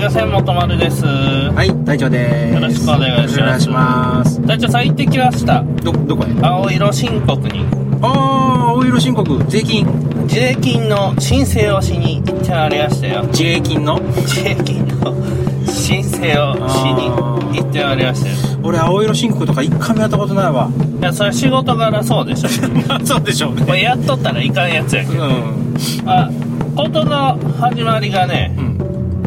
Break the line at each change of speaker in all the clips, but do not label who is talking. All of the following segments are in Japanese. なさい、もとまるです。
はい、隊長です。
よろしくお願いします
よろくお願いします。
隊長さん行ってきました。
ど、どこへ
青色申告に、
ああ、青色申告、税金、
税金の申請をしに行ってまいりましたよ。
税金の
税金の申請をしに行ってまいりましたよ。
俺、青色申告とか一回もやったことないわ。
いや、それ仕事柄 そうでしょ。
まあ、そうでしょう
こ。れやっとったらいかんやつやけ
う
ど。
ん。
あ、ことの始まりがね、
うん。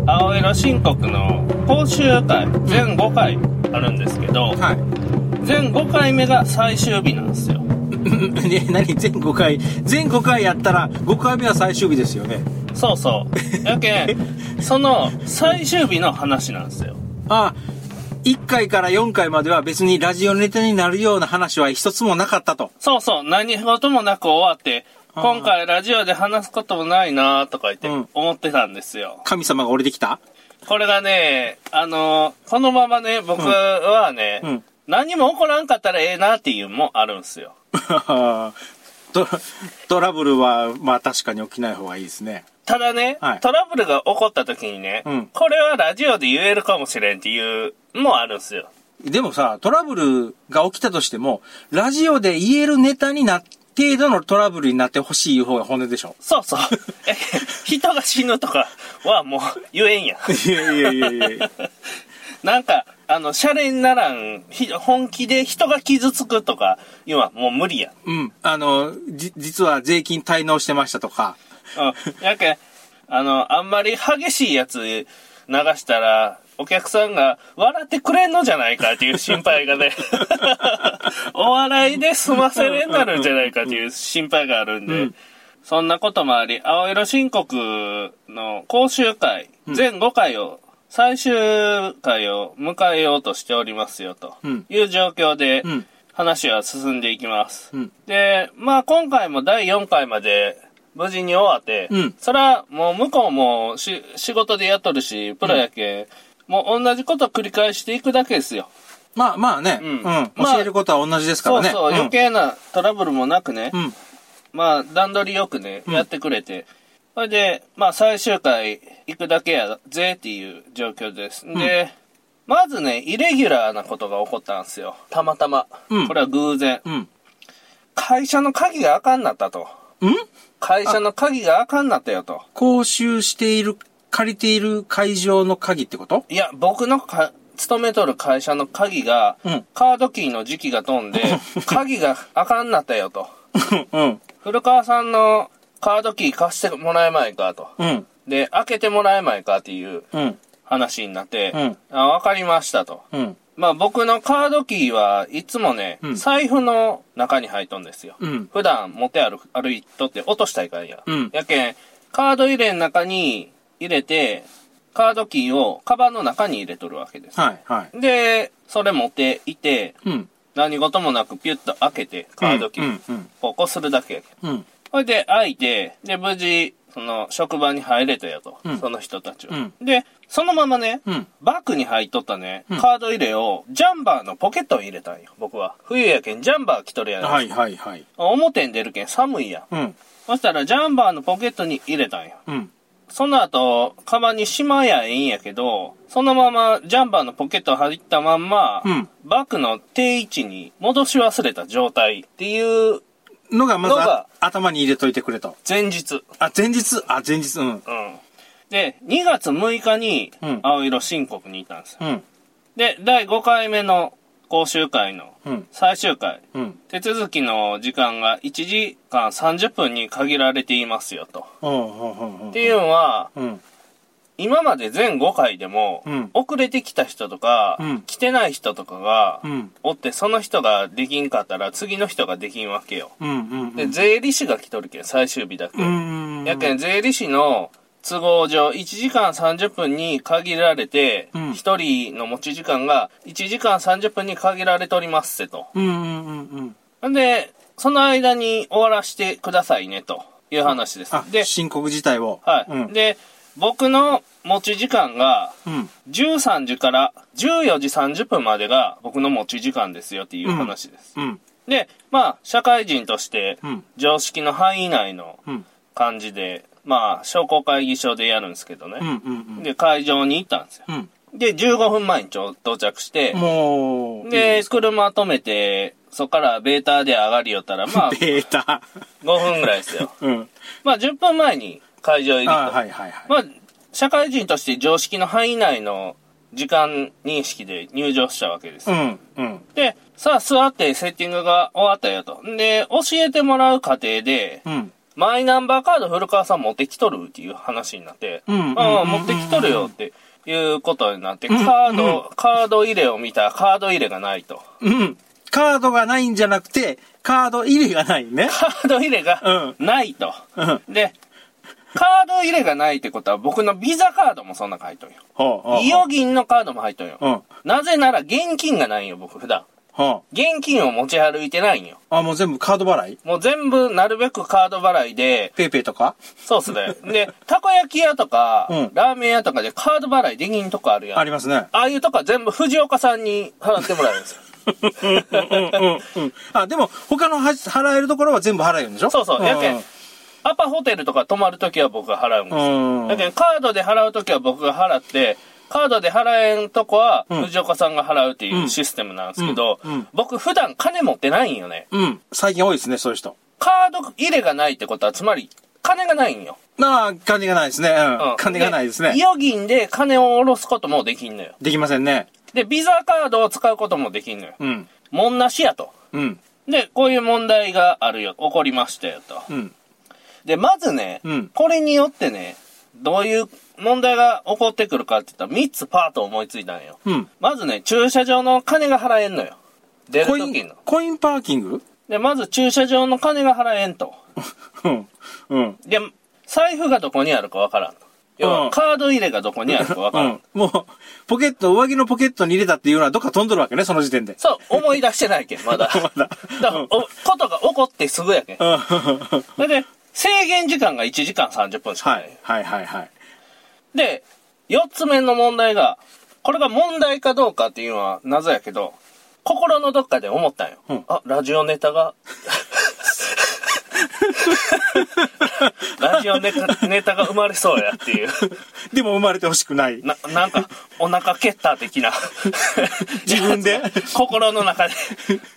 青色申告の講習会、全5回あるんですけど、
はい。
全5回目が最終日なんですよ。
ね、何全5回、全5回やったら、5回目は最終日ですよね。
そうそう。やけ ん、その最終日の話なんですよ。
ああ、1回から4回までは別にラジオネタになるような話は一つもなかったと。
そうそう、何事もなく終わって、
あー
今回ラジオで話すこともないなーとか言って
うん
思ってたんですよ。
神様が降りてきた
これがね、あのーこのままね、僕はね、
うんうん
何も起こらんかったらええなっていうのもあるんですよ。
トラトラブルは、まあ確かに起きない方がいいですね。
ただね、
はい
トラブルが起こった時にね、
うん
これはラジオで言えるかもしれんっていうのもあるんですよ。
でもさ、トラブルが起きたとしても、ラジオで言えるネタにな、程度のトラブルになってほしい方が本音でしょ。
そう そう。え人が死ぬとかはもう言えんやん。
いやいやいやいやいや。
なんか、あの、シャレにならん、ひ本気で人が傷つくとか、今、もう無理やん。
うん。あの、じ、実は税金滞納してましたとか。
うん。やけん、 あの、あんまり激しいやつ流したら、お客さんが笑ってくれんのじゃないかっていう心配がね、 お笑いで済ませれんなるんじゃないかっていう心配があるんで、そんなこともあり、青色申告の講習会、全5回を、最終回を迎えようとしておりますよ、と
うん
いう状況で
うん、
話は進んでいきます。
うん
で、まあ今回も第4回まで無事に終わって、
うん
それはもう向こうもし仕事でやっとるし、プロやけ、ん、もう同じこと繰り返していくだけですよ。
まあまあね。
う
うんん。
まあ
教えることは同じですか
そ
ら
う
ね。
そう、
ん
余。計なトラブルもなくね、
うん。
まあ段取りよくね、
うん
やってくれて、それで、まあ最終回行くだけやぜっていう状況です。で、まずね、イレギュラーなことが起こったんですよ。たまたま。
うん
これは偶然。
うん。
会社の鍵があかんなったと。
うん
会社の鍵があかんなったよと。
講習している、借りている会場の鍵ってこと
いや、僕のか勤めとる会社の鍵が、
うん
カードキーの時期が飛ん で、鍵があかんなったよと。
うん。
古川さんのカードキー貸してもらえまいかと。
うん。
で、開けてもらえまいかっていう
うん。
話になって、
うん
あわかりましたと。
うん。
まあ僕のカードキーはいつもね、
うん
財布の中に入っとんですよ。
うん。
普段持って歩く歩いとって落としたいからや。
うん
やけん、カード入れの中に入れて、カードキーをカバンの中に入れとるわけです。
はい、はい。
で、それ持っていて、
うん。
何事もなくピュッと開けて、カードキ
う
ー
ん、うん。
ここするだけ。
うん。
ほいで、開いて、で、無事、その、職場に入れたよと、
うん
その人たちは、
うん
で、そのままね、
うん。
バッグに入っとったね、
うん
カード入れを、ジャンバーのポケットに入れたんよ、僕は。冬やけん、ジャンバー着とるやん。
はい、はい、はい。
表に出るけん、寒いやん。
うん。
そしたら、ジャンバーのポケットに入れたんよ。
うん。
その後、カバンにしまやええんやけど、そのまま、ジャンバーのポケット入ったまんま、
うん
バッグの定位置に戻し忘れた状態っていう
のがま
の
ず
が
あ頭に入れといてくれと。
前日。
あ、前日、あ、前日、うん。
うん。で、2月6日に
うん、
青色申告にいたんですよ。
うん。
で、第5回目の講習会の
うん。
最終回。
うん。
手続きの時間が1時間30分に限られていますよと。
おうほうほうほう
っていうのは、
うん。
今まで全5回でも、
うん
遅れてきた人とか、
うん
来てない人とかが、
うん。
おってその人ができんかったら次の人ができんわけよ。
うん。うん。
で、税理士が来とるけん、最終日だけ。
うん。
やけん、税理士の都合上、1時間30分に限られて、
うん
1人の持ち時間が1時間30分に限られておりますせと。
うん。うん。うん。うん。
んで、その間に終わらせてくださいね、という話です
あ。、
で、
申告自体を。
はい、
うん。
で、僕の持ち時間が、
うん。
13時から14時30分までが僕の持ち時間ですよっていう話です。
うん。
で、まあ、社会人として
うん、
常識の範囲内の
うん。
感じでまあ、商工会議所でやるんですけどね
う。んうん
で、会場に行ったんですよ。
うん。
で、15分前にちょ到着して
うん。、もう、
で、車止めて、そっからベータで上がりよったら、まあ、5
データ。
分ぐらいです よ。
うん。
まあ、10分前に会場入りと。
ああ、はいはいはい。
まあ、社会人として常識の範囲内の時間認識で入場したわけです。
うん、うん、
で、さあ座ってセッティングが終わったよと。で、教えてもらう過程で、
うん。
マイナンバーカード古川さん持ってきとるっていう話になって、
うん
ああ、
うんうん
持ってきとるよっていうことになって、カ
ん
ード、カード入れを見たらカード入れがないと。
うん。カードがないんじゃなくて、カード入れがないね。
カード入れがないと。
うん。ほう
で、カード入れがないってことは僕のビザカードもそんな入っとんよ。
ほう。
イオギンのカードも入っとんよ。
うん。
なぜなら現金がないんよ、僕普段。
ほう。
現金を持ち歩いてないんよ。
あ、もう全部カード払い
もう全部なるべくカード払いで、
ペイペイとか
そうっすね。で、たこ焼き屋とか、
うん
ラーメン屋とかでカード払いできんとこあるやん。
あ
あ
りますね。
あいうとこは全部藤岡さんに払ってもらうん ですよ。
うん、うん、うん。あ、でも、他のは払えるところは全部払えるんでしょ
そうそう。やけん、アパホテルとか泊まるときは僕が払うんです
う
よ。
ん
やけん、カードで払うときは僕が払って、カードで払えんとこは
うん
藤岡さんが払うっていうシステムなんですけど、
うんうん
僕普段金持ってないんよね。
うん。最近多いですね、そういう人。
カード入れがないってことは、つまり、金がないんよ。
なあ、金がないですね。う
うん
ん。金がないですね
イ。オギンで金を下ろすこともできんのよ。
できませんね。
で、ビザカードを使うこともできんのよ。
うん。
もんなしやと。
うん。
で、こういう問題があるよ。起こりましたよと。
うん。
で、まずね、
うん
これによってね、どういう問題が起こってくるかって言ったら、3つパート思いついたんよ。
うん。
まずね、駐車場の金が払えんのよ。出る
コ
時
イン
の。、
コインパーキング
で、まず駐車場の金が払えんと。
うん。うん。
で、財布がどこにあるかわからん。要
う
は、
ん
カード入れがどこにあるかわ
う
からん。
ん。もう、ポケット、上着のポケットに入れたっていうのはどっか飛んどるわけね、その時点で。
そう、思い出してないけん、まだ。
まだ
だから、おことが起こってすぐやけん。
うん。
それで、制限時間が1時間30分しか
は
ない。
い。はいはいはい。
で、4つ目の問題が、これが問題かどうかっていうのは謎やけど、心のどっかで思ったんよ。
うん
あ、ラジオネタが。ラジオネタネタが生まれそうやっていう。
でも生まれてほしくない。
な、なんか、お腹蹴った的な。
自分で
心の中で、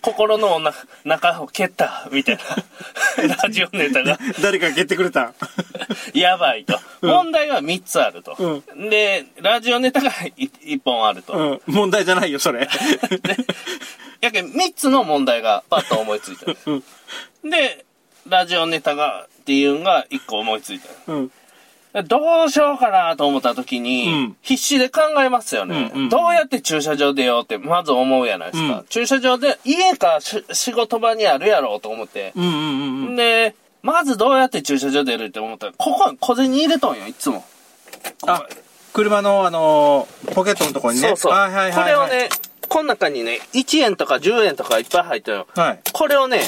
心のおな中を蹴った、みたいな。ラジオネタが、
誰かが蹴ってくれた。
やばいと。問題は3つあると。で、ラジオネタが1本あると。
うん。問題じゃないよ、そ れ。
やけん、3つの問題がパッと思いついた。 で、ラジオネタが、っていうのが1個思いついた。
うん。
どうしようかなと思った時に、
うん
必死で考えますよね、
うんうんうん
どうやって駐車場出ようってまず思うやないですか。
うん
駐車場で家かし仕事場にあるやろうと思って。
うんうんうんうん。
で、まずどうやって駐車場出るって思ったら、ここに小銭入れとんよ、いつも。
あ、車の、あのーポケットのところにね。
そうそう、
はいはいはいはい。
これを。ね、この中にね、1円とか10円とかいっぱい入ってるよ。
はい。
これをね、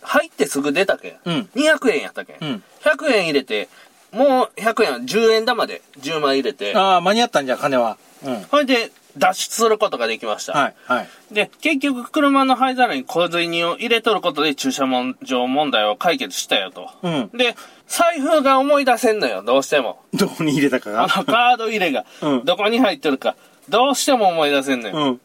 入ってすぐ出たけん。
うん
200円やったけん。
うん
100円入れて、もう100円は10円玉で10枚入れて、
ああ、間に合ったんじゃ、金は。うん。
それで脱出することができました。
はい、はい。
で、結局車の灰皿に小銭を入れとることで駐車場問題を解決したよと。
うん。
で、財布が思い出せんのよ、どうしても。
どこに入れたか
あ
が。
のカード入れが
うん、
どこに入ってるか、どうしても思い出せんのよ。
うん。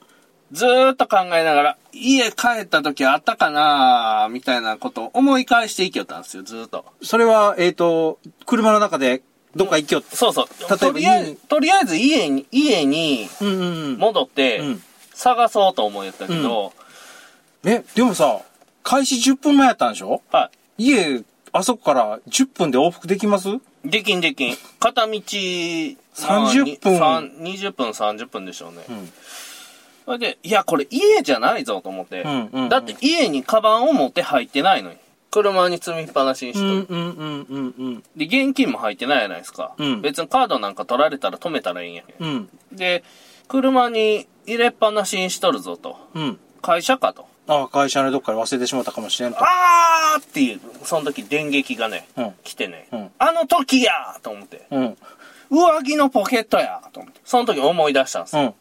ずーっと考えながら、家帰った時あったかなーみたいなことを思い返していきよったんですよ、ずーっと。
それは、えっ、と、車の中で、どっか行きよっ
そうそう。
ば
とりあえ
家
ず
に、
とりあえず家に、家に
うんうんうん。
戻って
うん、
探そうと思いよったけど、
え、でもさ、開始10分前やったんでしょ
は
家、あそこから10分で往復できます
い。できんできん。片道、
30分
まあにさん20分、30分でしょうね。それで、いや、これ家じゃないぞと思って
んうんうん。
だって家にカバンを持って入ってないのに。車に積みっぱなしにし
う
とる
んうんうんうんうん。
で、現金も入ってないじゃないですか。
うん
別にカードなんか取られたら止めたらいいんやけん。
うん。
で、車に入れっぱなしにしとるぞと。
うん。
会社かと。
ああ、会社のどっかで忘れてしまったかもしれんと。
あーっていう、その時電撃がね、
うん
来てね、
うん
あの時やーと思って、
うん。
上着のポケットやーと思って、その時思い出したんです
う
よ。
ん。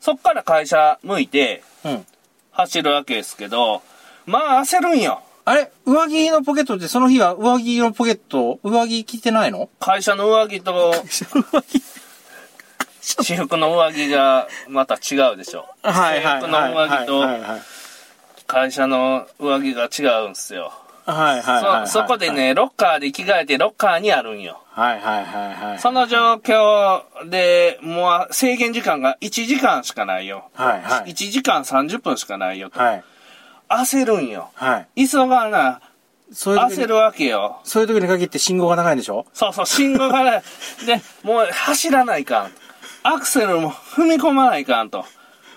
そっから会社向いて
うん。
走るわけですけど、まあ焦るんよ。
あれ上着のポケットってその日は上着のポケット、上着着てないの
会社の上着 と
上着
私服の上着がまた違うでしょ。
はいはい
制服の
はい
上
は
着
い
と
はいはい。
会社の上着が違うんすよ。
はいはいはいはい。
そ、そこで。ね、ロッカーで着替えてロッカーにあるんよ。
はいはいはいはい。
その状況で、もう制限時間が1時間しかないよ。
はいはい。
1時間30分しかないよと。
はい。
焦るんよ。
はい。
急がな、
そういう時
焦
に
る、わけよ。
そういう時に限って信号が長いんでしょ
そうそう、信号が ね、で、もう走らないかん。アクセルも踏み込まないかんと。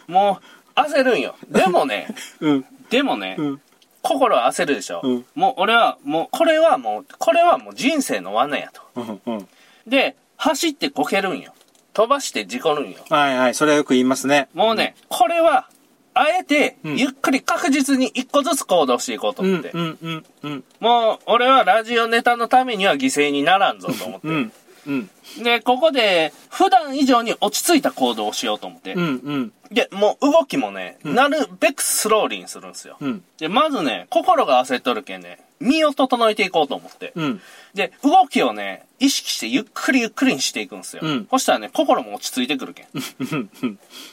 もう焦るんよ。でもね、
うん。
でもね、
うん。
心は焦るでしょ。
うん
もう俺は、もうこれはもう、これはもう人生の罠やと。
うん。うん。
で、走ってこけるんよ。飛ばして事故るんよ。
はいはい。それはよく言いますね。
もうね、これは、あえて、
うん
ゆっくり確実に一個ずつ行動していこうと
う
思っ
ん
て。
うんうんうん。
もう、俺はラジオネタのためには犠牲にならんぞと思って。
うん。うん。
で、ここで、普段以上に落ち着いた行動をしようと思って。
うんうん。
で、もう動きもね、なるべくスローリーにするんですよ。
うん。
で、まずね、心が焦っとるけんね、身を整えていこうと思って。
うん。
で、動きをね、意識してゆっくりゆっくりにしていくんですよ。
うん
そしたらね、心も落ち着いてくるけん。
うん。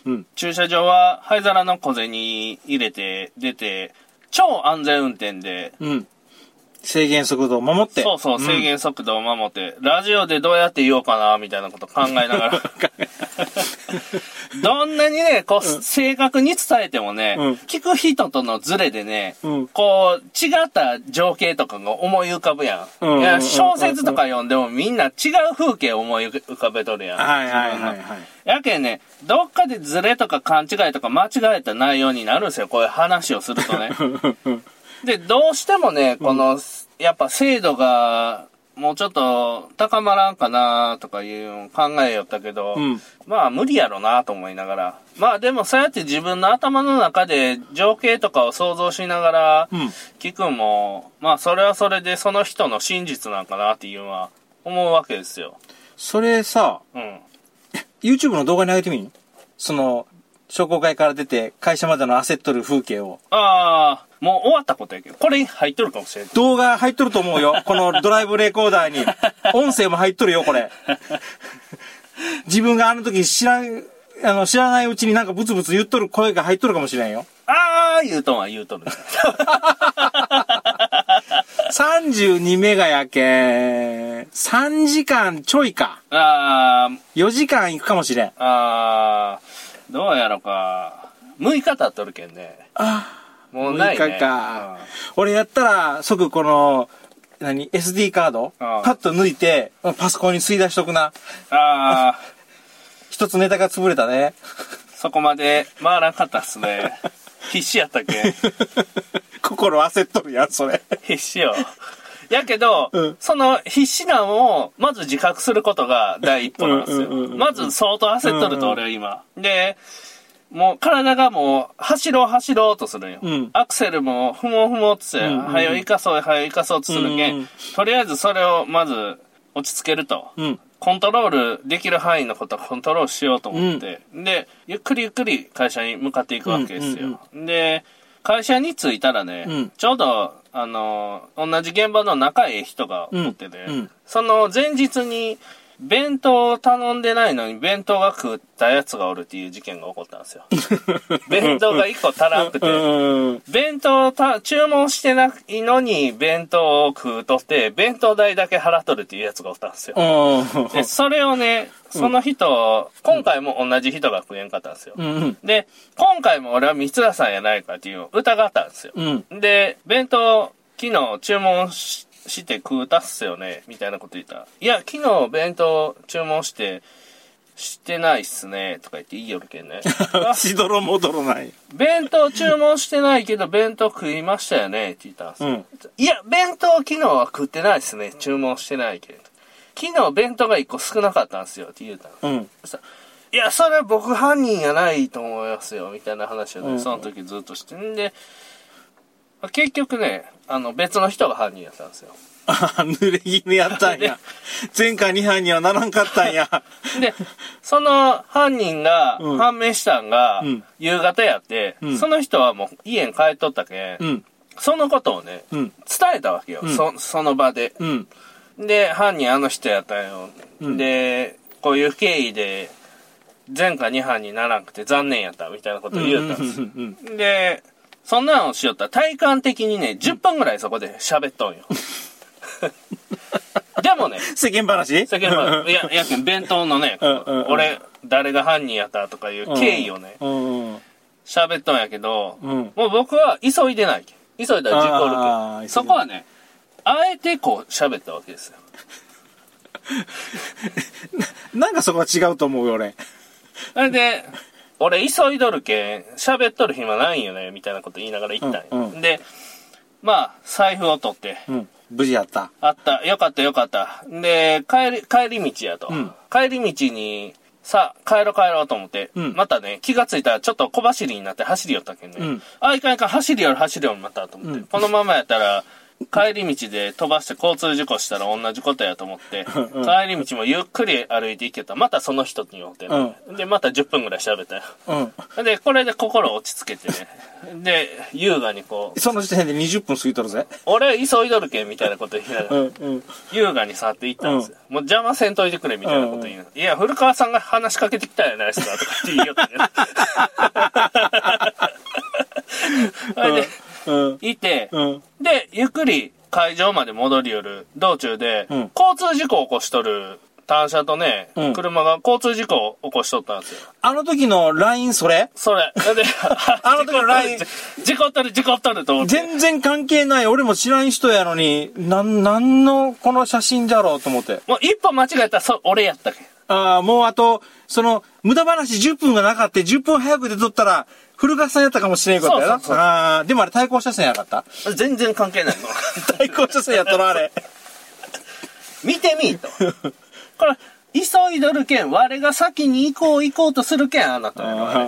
うん。
駐車場は灰皿の小銭入れて、出て、超安全運転で、
うん。制限速度を守って。
そうそう、制限速度を守って、ラジオでどうやって言おうかな、みたいなこと考えなが ら。どんなにね、こう、正確に伝えてもね、
うん
聞く人とのズレでね、
うん
こう、違った情景とかが思い浮かぶやん。
うんうんうんうん
いや小説とか読んでもみんな違う風景を思い浮かべとるやん。
うん。はいはいはいはい。
やけんね、どっかでズレとか勘違いとか間違えた内容になるんですよ、こういう話をすると ね。で、どうしてもね、この、やっぱ精度が、もうちょっと高まらんかなとかいうのを考えよったけど、
うん
まあ無理やろなと思いながら。まあでもそうやって自分の頭の中で情景とかを想像しながら
うん。
聞くんも、まあそれはそれでその人の真実なんかなっていうのは思うわけですよ。
それさ、
うん。
YouTube の動画に上げてみんその、商工会から出て会社までの焦っとる風景を。
ああ、もう終わったことやけど、これ入っとるかもしれん。
動画入っとると思う よ。このドライブレコーダーに。音声も入っとるよ、こ れ。自分があの時知らん、あの、知らないうちになんかブツブツ言っとる声が入っとるかもしれんよ。
ああ、言うとんは言う とる。
32メガやけん、3時間ちょいか。
あー
4時間行くかもしれん。
あー、どうやろか。6日経っとるけんね。
あ
もうないね。
6日か俺やったら、即この、何 ?SD カード
ああ
パッと抜いて、パソコンに吸い出しとくな。
うんああ、
一つネタが潰れたね。
そこまで回らんかったっす ね。必死やったけん。
心焦っとるやん、それ。
必死よ。やけど、
うん
その必死なんを、まず自覚することが第一歩なんですよ。
うんうんうんうん
まず相当焦っとると、俺は今。で、もう体がもう、走ろう走ろうとするんよ。
うん
アクセルもふもうふもうっつって、
んうんうん
はよ行かそう、はよ行かそうとするけ、
うんんうん
とりあえずそれをまず落ち着けると。
うん。
コントロールできる範囲のことはコントロールしようと思って、で、ゆっくりゆっくり会社に向かっていくわけですよ。
うんうん
で、会社に着いたらね、
うん
ちょうど、あの、同じ現場の仲いい人がおってね、
うんうん
その前日に、弁当を頼んでないのに弁当が食ったやつがおるっていう事件が起こったんです よ。弁当が1個足らなくて、
うん。
弁当をた注文してないのに弁当を食うとって、弁当代だけ払っとるっていうやつがおったんですよ。で、それをね、その人、今回も同じ人が食えんかったんですよ。
うん。うん。
で、今回も俺は三浦さんやないかっていうのを疑ったんですよ。
うん。
で、弁当、昨日注文しして食うたっすよね、みたいなこと言ったら。いや、昨日弁当注文して、してないっすね、とか言って言いよるけ んね。あ
しどろもどろない。
弁当注文してないけど、弁当食いましたよねって言ったんですよ。
うん
いや、弁当昨日は食ってないですね。注文してないけど。昨日弁当が1個少なかったんですよって言うたの。
うん。
そしたらいや、それは僕犯人やないと思いますよ、みたいな話をね、
うん
その時ずっとして。んで、結局ね、あの、別の人が犯人やったんですよ。
ああ、濡れ衣やったんや。前回2杯にはならんかったんや。
で、その犯人が
うん
判明したんが
うん、
夕方やって、
うん
その人はもう家に帰っとったけん、
うん。
そのことをね、
うん。
伝えたわけよ、
ん
そその場で。
うん。
で、犯人あの人やったよ。
うん
で、こういう経緯で、前科2犯にならんくて残念やったみたいなことを言うたんですよ。
うんうん
で、そんなのしよったら体感的にね、10分ぐらいそこで喋っとんよ。でもね、
世間話
世間は、いや、いやけん弁当のね、
うんうんうん
俺、誰が犯人やったとかいう経緯をね、
うんうん。
喋っとんやけど、
うん。
もう僕は急いでないけん急いだら事故
あー急いでな
るけ
い
んそこはね、あえてこう喋ったわけですよ。
なんかそこは違うと思うよ、俺。
それ で、俺急いどるけん、喋っとる暇ないんよね、みたいなこと言いながら行ったんよ。
うんうん
で、まあ、財布を取って、
うん。無事やった。
あった、よかったよかった。で、帰り、帰り道やと。
うん
帰り道に、さあ、帰ろう帰ろうと思って、
うん
またね、気がついたらちょっと小走りになって走りよったけんね。
うん
あ、いかんいかん、走りよる走りよるまたと思って、
うん
このままやったら、帰り道で飛ばして交通事故したら同じことやと思って、
うん
帰り道もゆっくり歩いていけた。またその人によってね、で、また10分ぐらい喋ったよ。
うん。
で、これで心落ち着けてね。で、優雅にこう、
その時点で20分過ぎとるぜ。
俺急いどるけんみたいなこと言いながら
う、んうん。
優雅に去っていったんですよ、もう邪魔せんといてくれみたいなこと言う、いや古川さんが話しかけてきたんやないですかとかって言いよったけ どそれで
うん。
いて、
うん。
でゆっくり会場まで戻りよる道中で、
うん
交通事故を起こしとる単車とね、
うん
車が交通事故を起こしとったんですよ
あの時の LINE それ
それで
あの時のライン
事故っとる事故っとると思って
全然関係ない。俺も知らん人やのに、なん、なんのこの写真じゃろうと思って。
もう一歩間違えたらそ俺やったけん
ああ、もうあと、その、無駄話10分がなかった10分早くで撮ったら、古川さんやったかもしれんことやな。
そうそうそう
ああ、でもあれ対向車線やなかった
全然関係ないの
対向車線やったらあ れ。
見てみいと。これ、急いどるけん、我が先に行こう行こうとするけん、あなたやろあ
あ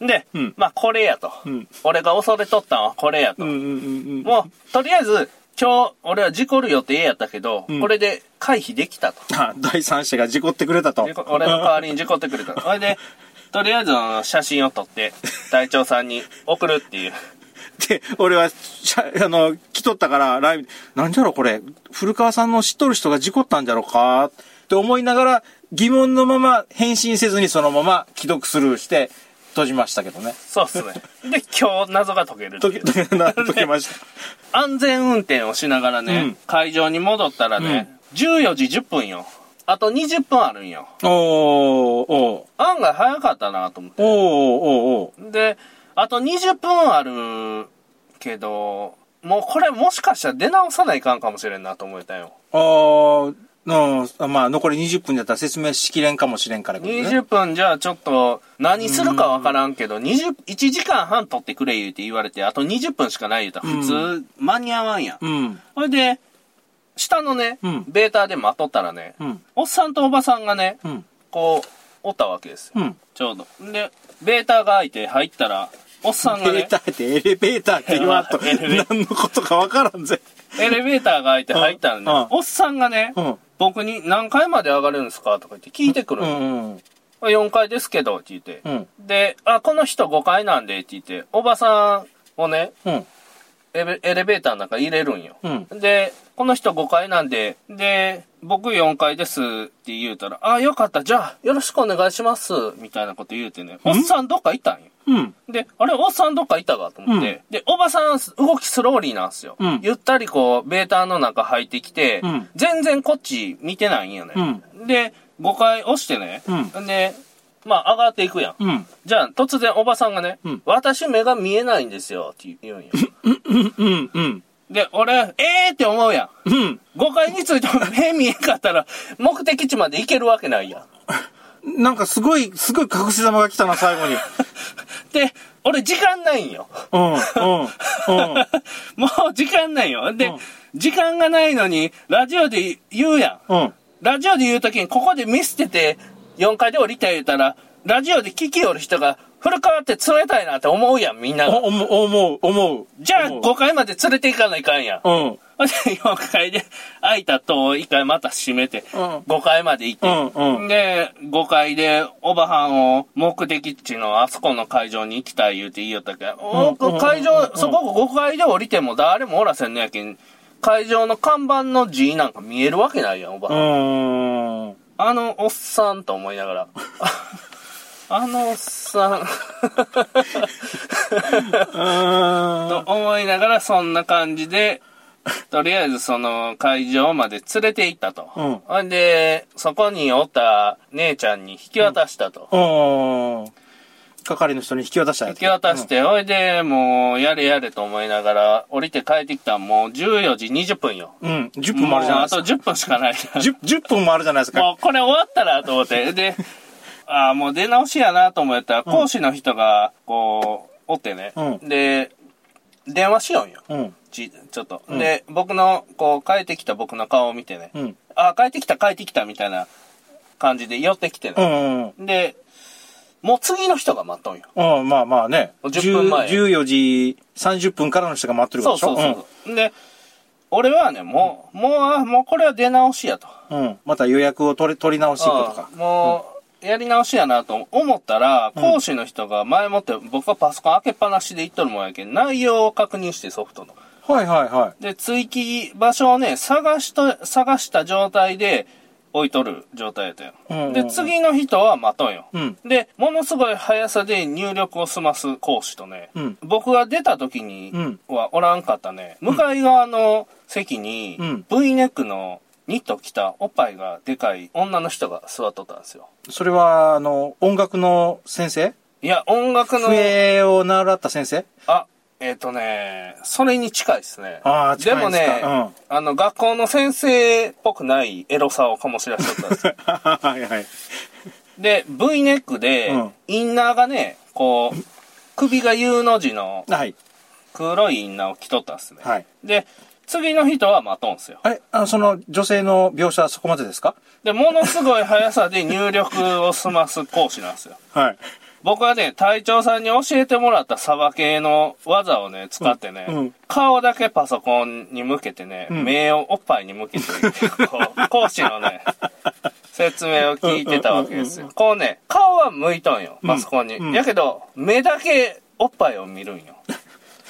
れで、
うん
まあこれやと、
ん
俺が恐れとったんはこれや
ー
と。
うんうんうんうん。
もう、とりあえず、今日、俺は事故る予定やったけど、
うん
これで回避できたと。
あ第三者が事故ってくれたと。
でこ俺の代わりに事故ってくれ た。それで、とりあえずあの写真を撮って、隊長さんに送るっていう。
で、俺は、しゃあの、来とったから、ライブ、なんじゃろこれ、古川さんの知っとる人が事故ったんじゃろかって思いながら、疑問のまま返信せずにそのまま既読スルーして、閉じましたけどね。
そうっすね。で、今日謎が解けるって
と
い
け、
う
とけ、な、とけました。
安全運転をしながらね、
うん
会場に戻ったらね、14時10分よあと20分あるんよ
おー、おー、
案外早かったなと思っ
おー、おー、
て
お
であと20分あるけどもうこれもしかしたら出直さないかんかもしれんなと思えたよ
ー、あー、うん、まあ、残り20分だったら説明しきれんかもしれんからけどね。
20分じゃあちょっと何するかわからんけど20 1時間半取ってくれ言うて言われてあと20分しかない言うたら普通間に合わんやん
うん、
ほいで下のね、
うん
ベーターで待っとったらね、
うん、
おっさんとおばさんがね、
うん、
こう、おったわけですよ。
うん。
ちょうど。で、ベーターが開いて入ったら、おっさんが
エレベー
ね
タ、ーってエレベーターって言わんと、
エレベー
何のことかわからんぜ。
エレベーターが開いて入ったら
うんうん
ね、おっさんがね
う、ん。
僕に何階まで上がるんですかとか言って聞いてくる
う
の。
ん、うん、
4階ですけど、って言って
う。ん、
で、あ、この人5階なんで、って言って、おばさんをね、
うん。
エレエレベーターの中入れるんよ。
うん
で、この人5階なんで、で、僕4階ですって言うたら、あ、よかった、じゃあ、よろしくお願いします、みたいなこと言うてね、おっさんどっかいたんよ。
うん。
で、あれ、おっさんどっかいたかと思って、で、おばさん、動きスローリーなんですよ。
うん
ゆったりこう、ベーターの中入ってきて、
うん
全然こっち見てないんよね。
う
で、5回押してね、
う
で、まあ、上がっていくやん。
うん。
じゃあ、突然おばさんがね、
うん
私目が見えないんですよ、って言 うんよ。
うん。うん。うん。
で、俺、えーって思うやん。
うん。
5階についても目見えんかったら、目的地まで行けるわけないやん。
なんかすごい、すごい隠し玉が来たな、最後に。
で、俺時間ないんよ。
うん。うん。うん。
もう時間ないよ。で、
うん
時間がないのに、ラジオで言うやん。
うん。
ラジオで言うときに、ここで見捨てて、4階で降りた言うたら、ラジオで聞きよる人が、古川って冷たいなって思うやん、みんな
お
が。
思う、思う、思う。
じゃあ、
思う
5階まで連れて行かないかんやん。
うん。
ほんで、4階で、開いた戸を1回また閉めて、
うん
5階まで行って、
うんう ん
で、5階で、おばはんを目的地のあそこの会場に行きたい言うて言いよったけど、お
うんうん
会
うん
場、そこ5階で降りても誰もおらせんのやけん、会場の看板の字なんか見えるわけないやん、おばはん
う。ーん。
あのおっさんと思いながら。 あのおっさん
う
と思いながらそんな感じで、 とりあえずその会場まで連れて行ったと。
うん
ほんで、そこにおった姉ちゃんに引き渡したと。
ーん。係の人に引き渡したんや
引き渡し。て、ほいで、もう、やれやれと思いながら、降りて帰ってきたらもう14時20分よ。
うん。うん10分
も
も
う
あるじゃない
あ
です
と
か。
10分しか ない。
10, 10分もあるじゃないですか。
もうこれ終わったらと思って。で、ああ、もう出直しやなと思ったら、講師の人が、こう、おってね。
うん
で、電話しよんよ。
うん。
ち、ちょっと。
うん
で、僕の、こう、帰ってきた僕の顔を見てね。
うん。
ああ、帰ってきた、帰ってきた、みたいな感じで寄ってきて
う
ね。
ん。うん
で、もう次の人が待っとんよ。
うん。まあまあね。
10分前
10 14時30分からの人が待ってるわ
そ
け
う
でしょ
そうそう。で、俺はね、もう、もう、あもうこれは出直しやと。
うん。うん。また予約を取り取り直していくとか
うん。もう、やり直しやなと思ったら、講師の人が前もって僕はパソコン開けっぱなしで言っとるもんやけん、内容を確認してソフトの。
はいはいは
で、追記場所をね、探しと、探した状態で置いとる状態やったよ。
うんうん
で、次の人は待とんよ。
い。うん。
で、ものすごい速さで入力を済ます講師とね、
うん
僕が出た時にはおらんかったね、向かい側の席に
うん
V ネックのニット着たおっぱいがでかい女の人が座っとったんですよ。
それは、あの、音楽の先生
いや、音楽の、
笛を習った先生
あ、えっ、とね、それに近いですね。
あー近いですか
でもね、あの、学校の先生っぽくないエロさを醸し出しとったんですよ
はいはい。
で、V ネックで
うん、
インナーがね、こう、首が U の字の
はい。
黒いインナーを着とったんですね。
はい。
で、次の人は待とんすよ。
あれあの、その女性の描写はそこまでですか
で、ものすごい速さで入力を済ます講師なんですよ。
はい。
僕はね、隊長さんに教えてもらったサバ系の技をね、使ってね、
うんうん
顔だけパソコンに向けてね、
ん
目をおっぱいに向けて、こう、講師の ね、説明を聞いてたわけですよ。こうね、顔は向いとんよ、パソコンに。
うんうん
やけど、目だけおっぱいを見るんよ。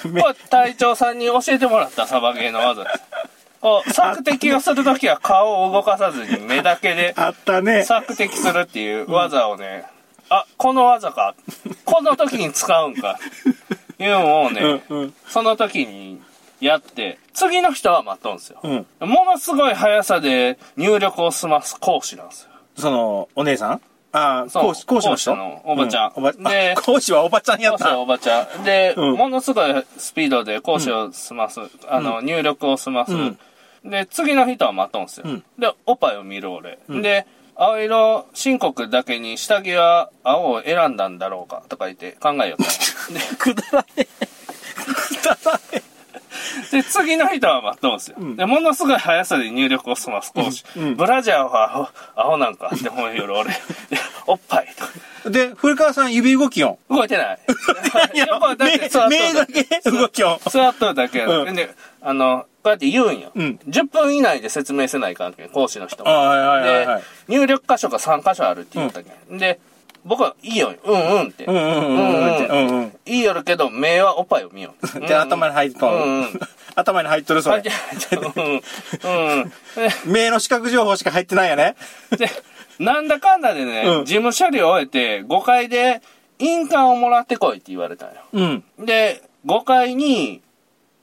こ
目
れ隊長さんに教えてもらったサバゲーの技です。こう、索敵をするときは顔を動かさずに目だけで
あったね。
索敵するっていう技をね、あ、この技か。この時に使うんか。いうのをね、
うんうん
その時にやって、次の人は待っとんですよ。
うん。
ものすごい速さで入力を済ます講師なんですよ。
その、お姉さんああ、
そう
講師、講師の人
講師のおばちゃん
うおば
で
あ講師はおばちゃんやっ
講師は
た。
おばちゃん。で、
うん
ものすごいスピードで講師を済ます、あの、入力を済ます。
ん
で、次の人は待とんすよ。
ん
で、おっぱいを見る俺。で、青色申告だけに下着は青を選んだんだろうかとか言って考えよ った。で、
くだらねえ。くだらねえ。
で、次の人は待っとんすよ。で、ものすごい速さで入力を済ます講師。
うんうん
ブラジャーは青青なんかって思いよる俺。で、おっぱいとか。
で、古川さん指動きよん。
動いて ない。横だって
目
座っとる
目だけ動きよん。
座っとるだけやね、
うん
であのこうやって言うんよ、
うん
10分以内で説明せないかんけん講師の人
あ
も
あはいはい
で
はい。
入力箇所が3箇所あるって言ったけ、んで僕はいいようんうんって、
うんうんうんうんうん。うん
いいよるけど目はおっぱいを見 よう
うん。で、頭に入っと
うんうん
る。 頭に入っとる、そ
入っ
れ
て。うんうんうん
目の視覚情報しか入ってないよね。
でなんだかんだでね、
うん
事務処理を終えて5階で印鑑をもらってこいって言われたんよ
うん。
で5階に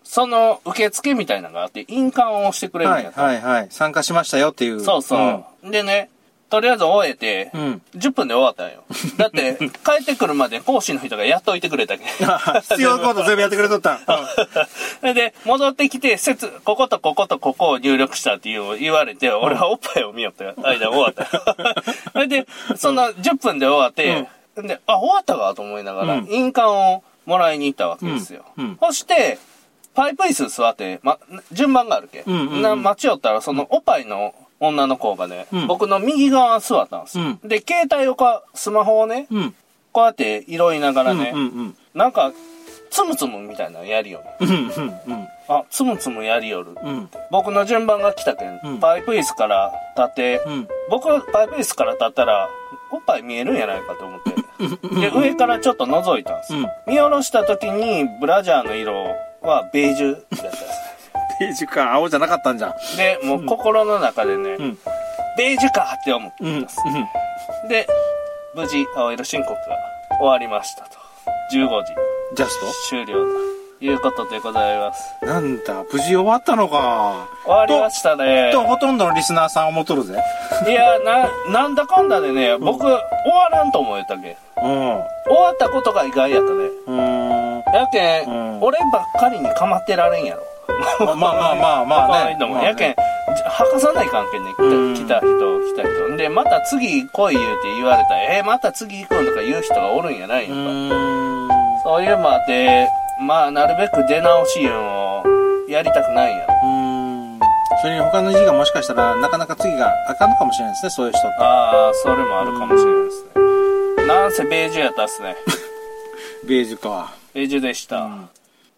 その受付みたいなのがあって印鑑を押してくれるんや
は
っ
い
た、
はいはい。参加しましたよっていう。
そうそう。でね、とりあえず終えて、
うん。 うん。
10分で終わったんよ。だって、 帰ってくるまで講師の人がやっといてくれたけ
あ必要なこと全部やってくれとったん。
んで、戻ってきて、せつ、こことこことここを入力したっていうのを言われて、俺はおっぱいを見よった間終わったよ。 それで、その10分で終わって、で、あ、終わったかと思いながら、
うん
印鑑をもらいに行ったわけですよ。
うんうん
そして、パイプ椅子座って、ま、順番があるけ。
うんうんうん
な待ちよったら、そのおっぱいの女の子がね、
うん
僕の右側に座ったんですよ。で、携帯をか、スマホをね、
うん。
こうやって色いながらね、
うんうんうん。
なんか、つむつむみたいなのやりよる。
うん、うん、うん、
あ、つむつむやりよる。
うん、
僕の順番が来たけん、
うん
パイプ椅子から立って、
うん。
僕はパイプ椅子から立ったら、おっぱい見えるんやないかと思って。 で、上からちょっと覗いたんですよ。
うん
見下ろした時に、ブラジャーの色はベージュだったんで
ページか、青じゃなかったんじゃん。
す。で、もう心の中でね、
うん、
ベージュかって思って
うん、うん
ます。で、無事、青色申告が終わりましたと。15時
ジャス
終了ということでございます。
トなんだ、無事終わったのか。
終わりましたね。
と、ほとんどのリスナーさんを思っとるぜ。
いや、な、なんだかんだでね、僕、終わらんと思えたけん。
うん。う
終わったことが意外やったね。
ーん。
やけん、
うん
俺ばっかりに構ってられんやろ。
まあまあまあまあね。
のも
まあね
やけん、吐かさない関係ね、
うん
来た来た人、来た人。んで、また次来い言うて言われたら、えーまた次行くんとか言う人がおるんやない
うん
やっぱ。
ーん。
そういうのあって、まあ、なるべく出直し運をやりたくないんやろ。
うーん。それに他の字がもしかしたら、なかなか次が開かんのかもしれないですね、そういう人って。
ああ、それもあるかもしれないです ね。なんせベージュやったっすね。
ベージュか。
ベージュでした。
うん